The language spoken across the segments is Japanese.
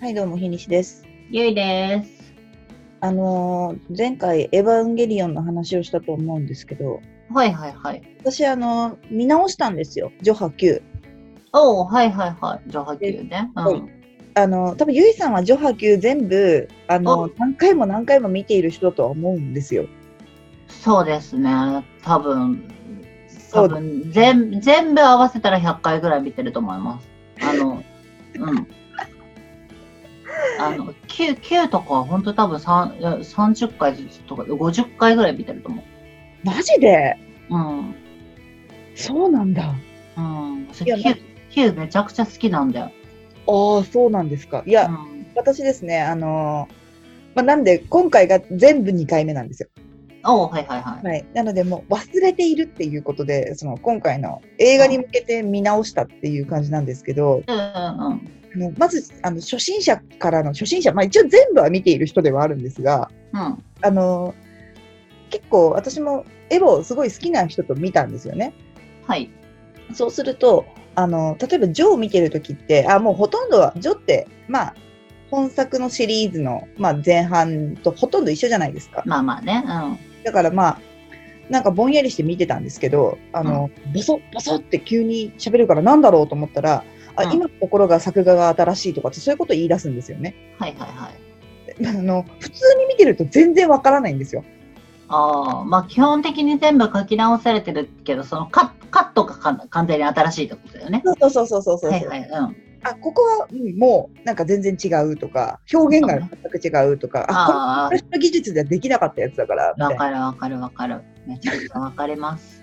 はい、どうも、日西です。ゆいです。あのー前回、エヴァンゲリオンの話をしたと思うんですけど、はいはいはい。私、あのー見直したんですよ、ジョハ Q。おお、はいはいはい。じゃあ、波及ね。うん。はいあのー多分ゆいさんはジョハ Q 全部、あのー何回も何回も見ている人だとは思うんですよ。そうですね。多分、そ多う分、全全部合わせたら100回ぐらい見てると思います。あの、うん。 あの、9、9とかは本当多分三いや30回ずつとか、50回ぐらい見てると思う。マジでうん。そうなんだ。うん。そいやれ9、9めちゃくちゃ好きなんだよ。ああ、そうなんですか。いや、うん。私ですね、あのーまあ、なんで、今回が全部2回目なんですよ。おお、はいはいはい。はい。なので、もう忘れているっていうことで、その、今回の映画に向けて見直したっていう感じなんですけど、うんうんあのまずあの初心者からの初心者、まあ、一応全部は見ている人ではあるんですがうん。あの結構私もエヴァをすごい好きな人と見たんですよね。はい。そうするとあの例えば「ジョー」を見てる時ってあもうほとんどは「ジョー」ってまあ本作のシリーズの、まあ、前半とほとんど一緒じゃないですか。まあまあね。だからまあなんかぼんやりして見てたんですけどあの、ボソッボソッって急に喋るからなんだろうと思ったら、うんあ今のところが作画が新しいとかってそういうことを言い出すんですよね。うん。はいはいはい。あの普通に見てると全然わからないんですよ。ああ、まあ基本的に全部書き直されてるけど、そのカッカットがかん完全に新しいってことだよね。そうそうそうそうそう。はいはい、うん。あここは、うんもうなんか全然違うとか表現が全く違うとか、ああこれこれの技術ではできなかったやつだからみあ、たわいなかるわかるわかる。めちゃくちゃわかります。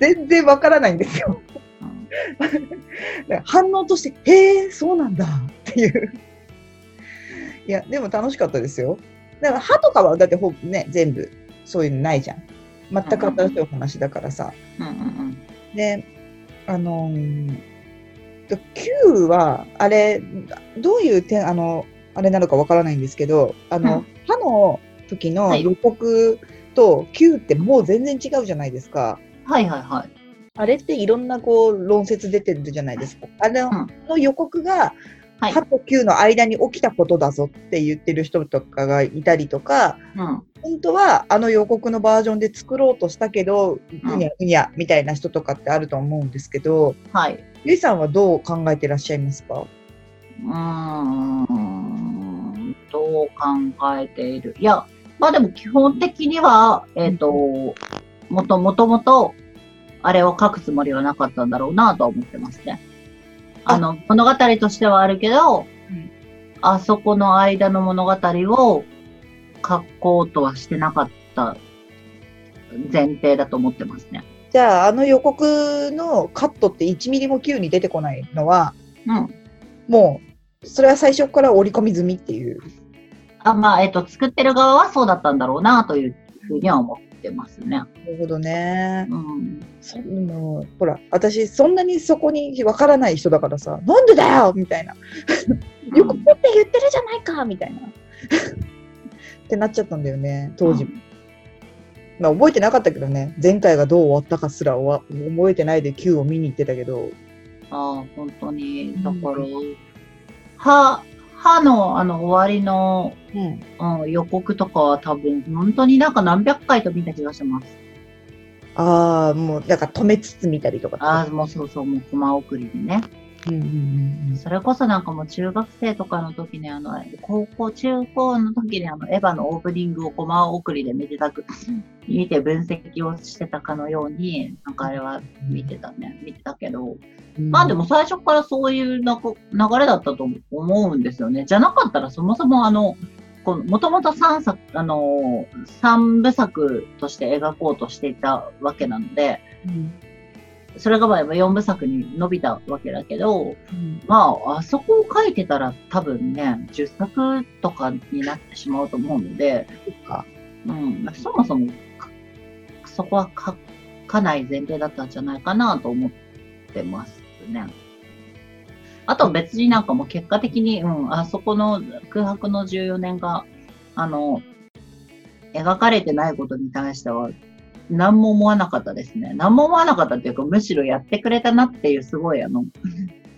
全然わからないんですよ。うん、だから反応としてへえそうなんだっていう。いやでも楽しかったですよ。だから歯とかはだってほぼね全部そういうのないじゃん。全く新しいお話だからさ。うんうんで、あのー、と Q は、あれ、どういう点、あの、あれなのかわからないんですけど、あの、うん歯の時のはい予告と Q ってもう全然違うじゃないですか。うん。はいはいはい。あれっていろんなこう論説出てるじゃないですか。あれの,、うん予告が、はい歯と Q の間に起きたことだぞって言ってる人とかがいたりとか、うん。本当はあの予告のバージョンで作ろうとしたけど、うにゃうにゃみたいな人とかってあると思うんですけど、はい。ゆいさんはどう考えてらっしゃいますかうーん。どう考えているいや、まあでも基本的には、えっ、と、もともともと、あれを書くつもりはなかったんだろうなとは思ってますね。ああの、物語としてはあるけど、うんあそこの間の物語を書こうとはしてなかった前提だと思ってますね。じゃあ、あの予告のカットって1ミリも Q に出てこないのは、うん。もう、それは最初から織り込み済みっていう。あまあ、えっ、と、作ってる側はそうだったんだろうなというふうには思ってますね。なるほどね。うん。そもうほら、私、そんなにそこにわからない人だからさ、なんでだよみたいな。予告って言ってるじゃないかみたいな。ってなっちゃったんだよね、当時。うんまあ、覚えてなかったけどね、前回がどう終わったかすらおわ覚えてないで Q を見に行ってたけど、ああ、本当にう。んだから、歯、歯のあの終わりの、うん、うん、予告とかは多分、本当になんか何百回と見た気がします。ああ、もう、なんか止めつつ見たりとか。ああ、もうそうそう、もうコマ送りでね。うんうんうんそれこそなんかもう中学生とかの時にあの、高校、中高の時にあの、エヴァのオープニングをコマ送りで見てたく、見て分析をしてたかのように、なんかあれはうん。見てたね、見てたけど、うんまあでも最初からそういうなこ流れだったと思うんですよね。じゃなかったらそもそもあの、このもともと3作、あの、三部作として描こうとしていたわけなので、うん、それがまあ4部作に伸びたわけだけど、うんまあ、あそこを書いてたら多分ね、10作とかになってしまうと思うので、かうん、そもそもかそこは書かない前提だったんじゃないかなと思ってますね。あと別になんかもう結果的に、うん、あそこの空白の14年が、あの、描かれてないことに対しては、何も思わなかったですね。何も思わなかったっていうか、むしろやってくれたなっていう、すごい、あの、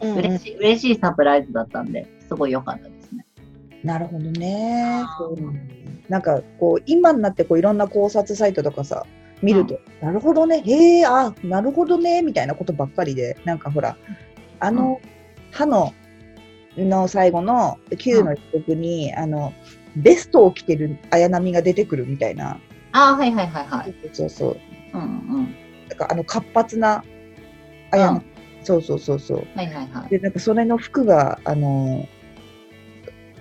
うん嬉しい、嬉しいサプライズだったんで、すごい良かったですね。なるほどね。そううんなんかこう今になってこういろんな考察サイトとかさ見ると、なるほどねへえあなるほどねみたいなことばっかりでなんかほらあの、歯のの最後の9の一刻に、あのベストを着てる綾波が出てくるみたいな、ああ、はいはいはいはい。そうそううんうん。なんかあの活発な綾波、そうそうそうそうはいはいはい。でなんかそれの服があの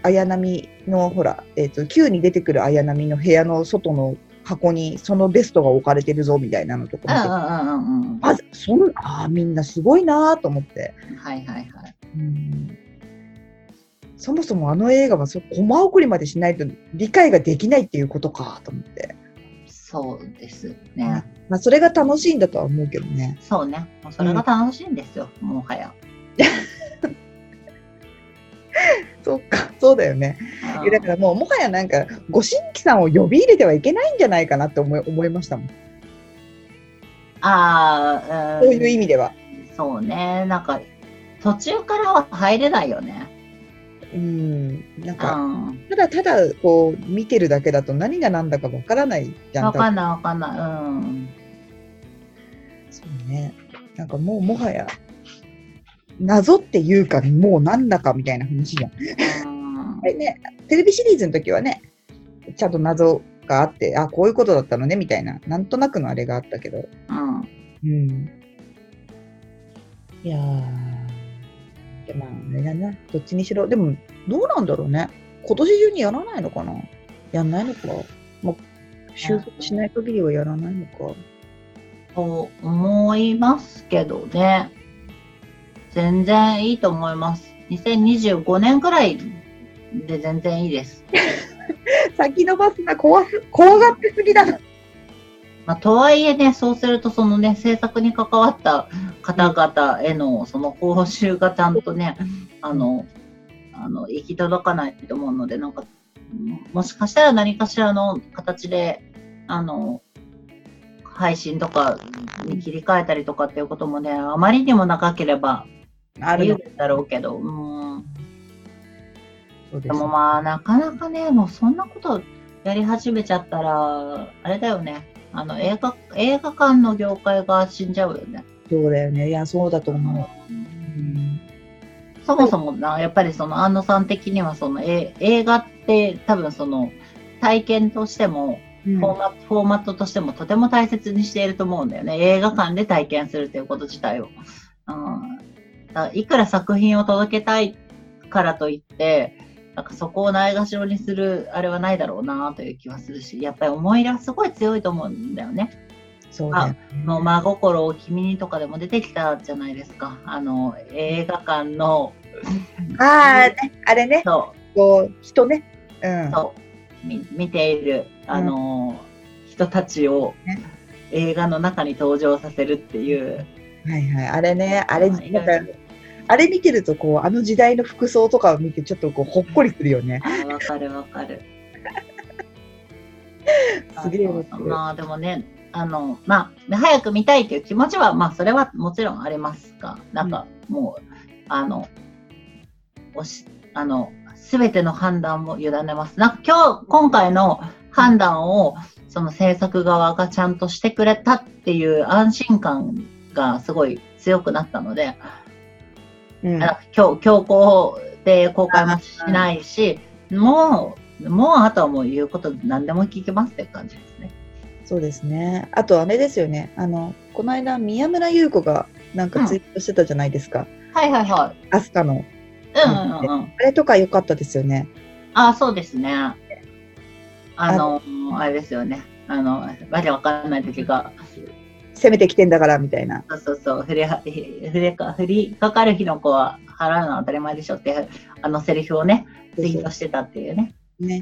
綾波のほら、えー、と旧に出てくる綾波の部屋の外の箱にそのベストが置かれてるぞみたいなのとうんかうんうんうんうん。はあそんあーみんなすごいなーと思って、いはいはい。うんそもそもあの映画はそコマ送りまでしないと理解ができないっていうことかと思って、そうですね。まあ、それが楽しいんだとは思うけどねそうね。もうそれが楽しいんですよ、もはや。そっかそうだよねうんいやだからもうもはやなんかご新規さんを呼び入れてはいけないんじゃないかなって思い思いましたもんああ、そういう意味では。そうね。なんか、途中からは入れないよね。うん、なんうか、ん。ただただこう見てるだけだと何が何だかわからないじゃん。わかん多ないわかんない。 うん。分そうね。なんかもうもはや、謎っていうか、もうなんだかみたいな話じゃん。うんあれね、テレビシリーズの時はね、ちゃんと謎があって、あ、こういうことだったのねみたいな、なんとなくのあれがあったけど。うん。うん。いやー。でまあ、あれだな。どっちにしろ。でも、どうなんだろうね。今年中にやらないのかなやんないのか。まあ、収束しない限りはやらないのか。と思いますけどね。全然いいと思います。2025年くらいで全然いいです。 先延ばすな、怖す、怖がってすぎだな。まあ、とはいえね、そうするとそのね、制作に関わった方々へのその報酬がちゃんとね、あの、あの、行き届かないと思うので、なんか、もしかしたら何かしらの形で、あの、配信とかに切り替えたりとかっていうこともね、あまりにも長ければああるるんだろうけど、うん。そうででもまあ、なかなかね、もうそんなことやり始めちゃったら、あれだよね。あの、映画、映画館の業界が死んじゃうよね。そうだよね。いや、そうだと思う。うん。そもそもな、やっぱりその、安野さん的には、その、え映画って多分その、体験としても、うんフォーマット、フォーマットとしてもとても大切にしていると思うんだよね。映画館で体験するということ自体を。うん、だからいくら作品を届けたいからといって、なんかそこをないがしろにするあれはないだろうなという気はするし、やっぱり思い入れはすごい強いと思うんだよね。そうだよね。もう真心を君にとかでも出てきたじゃないですか。あの、映画館の、あーね、あれね、そこう、人ね。うんう、。そう、み見ている、あの、人たちをね映画の中に登場させるっていう、はいはい。あれね、あれ、まあいなろんいかろ、あれ見てるとこうあの時代の服装とかを見てちょっとこうほっこりするよね。あーわかるわかる。 すげえそうわそかうるまあでもね、あの、まあ、早く見たいという気持ちは、まあ、それはもちろんありますが、なんか、もう、あの、おし、あの、すべての判断を委ねます。なんか今日、今回の判断を、その制作側がちゃんとしてくれたっていう安心感がすごい強くなったので、うんあ強強行で公開もしないし、もう、もうあとはもう言うこと何でも聞きますって感じですね。そうですね。あとあれですよね。あのこの間宮村優子がなんかツイートしてたじゃないですか。はいはいはい。アスカのうんうんうん。あれとか良かったですよね。ああ、そうですね。あの、あれですよね。あの、わけわかんない時が、攻めてきてんだからみたいな。そうそうそう、振りは、振りか、振りかかる日の子は払うのは当たり前でしょって、あのセリフをね、ツイートしてたっていうね。ね。はい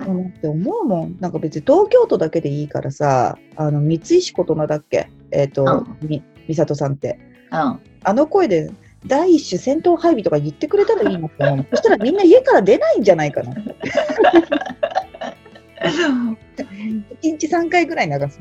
ではいもなんて思うもん。なんか別に東京都だけでいいからさ、あの三石琴乃だっけ？えっ、とみ美里さんってうん。あの声で。第一種戦闘配備とか言ってくれたらいいなって思う。そしたらみんな家から出ないんじゃないかな。1日3回ぐらい流す。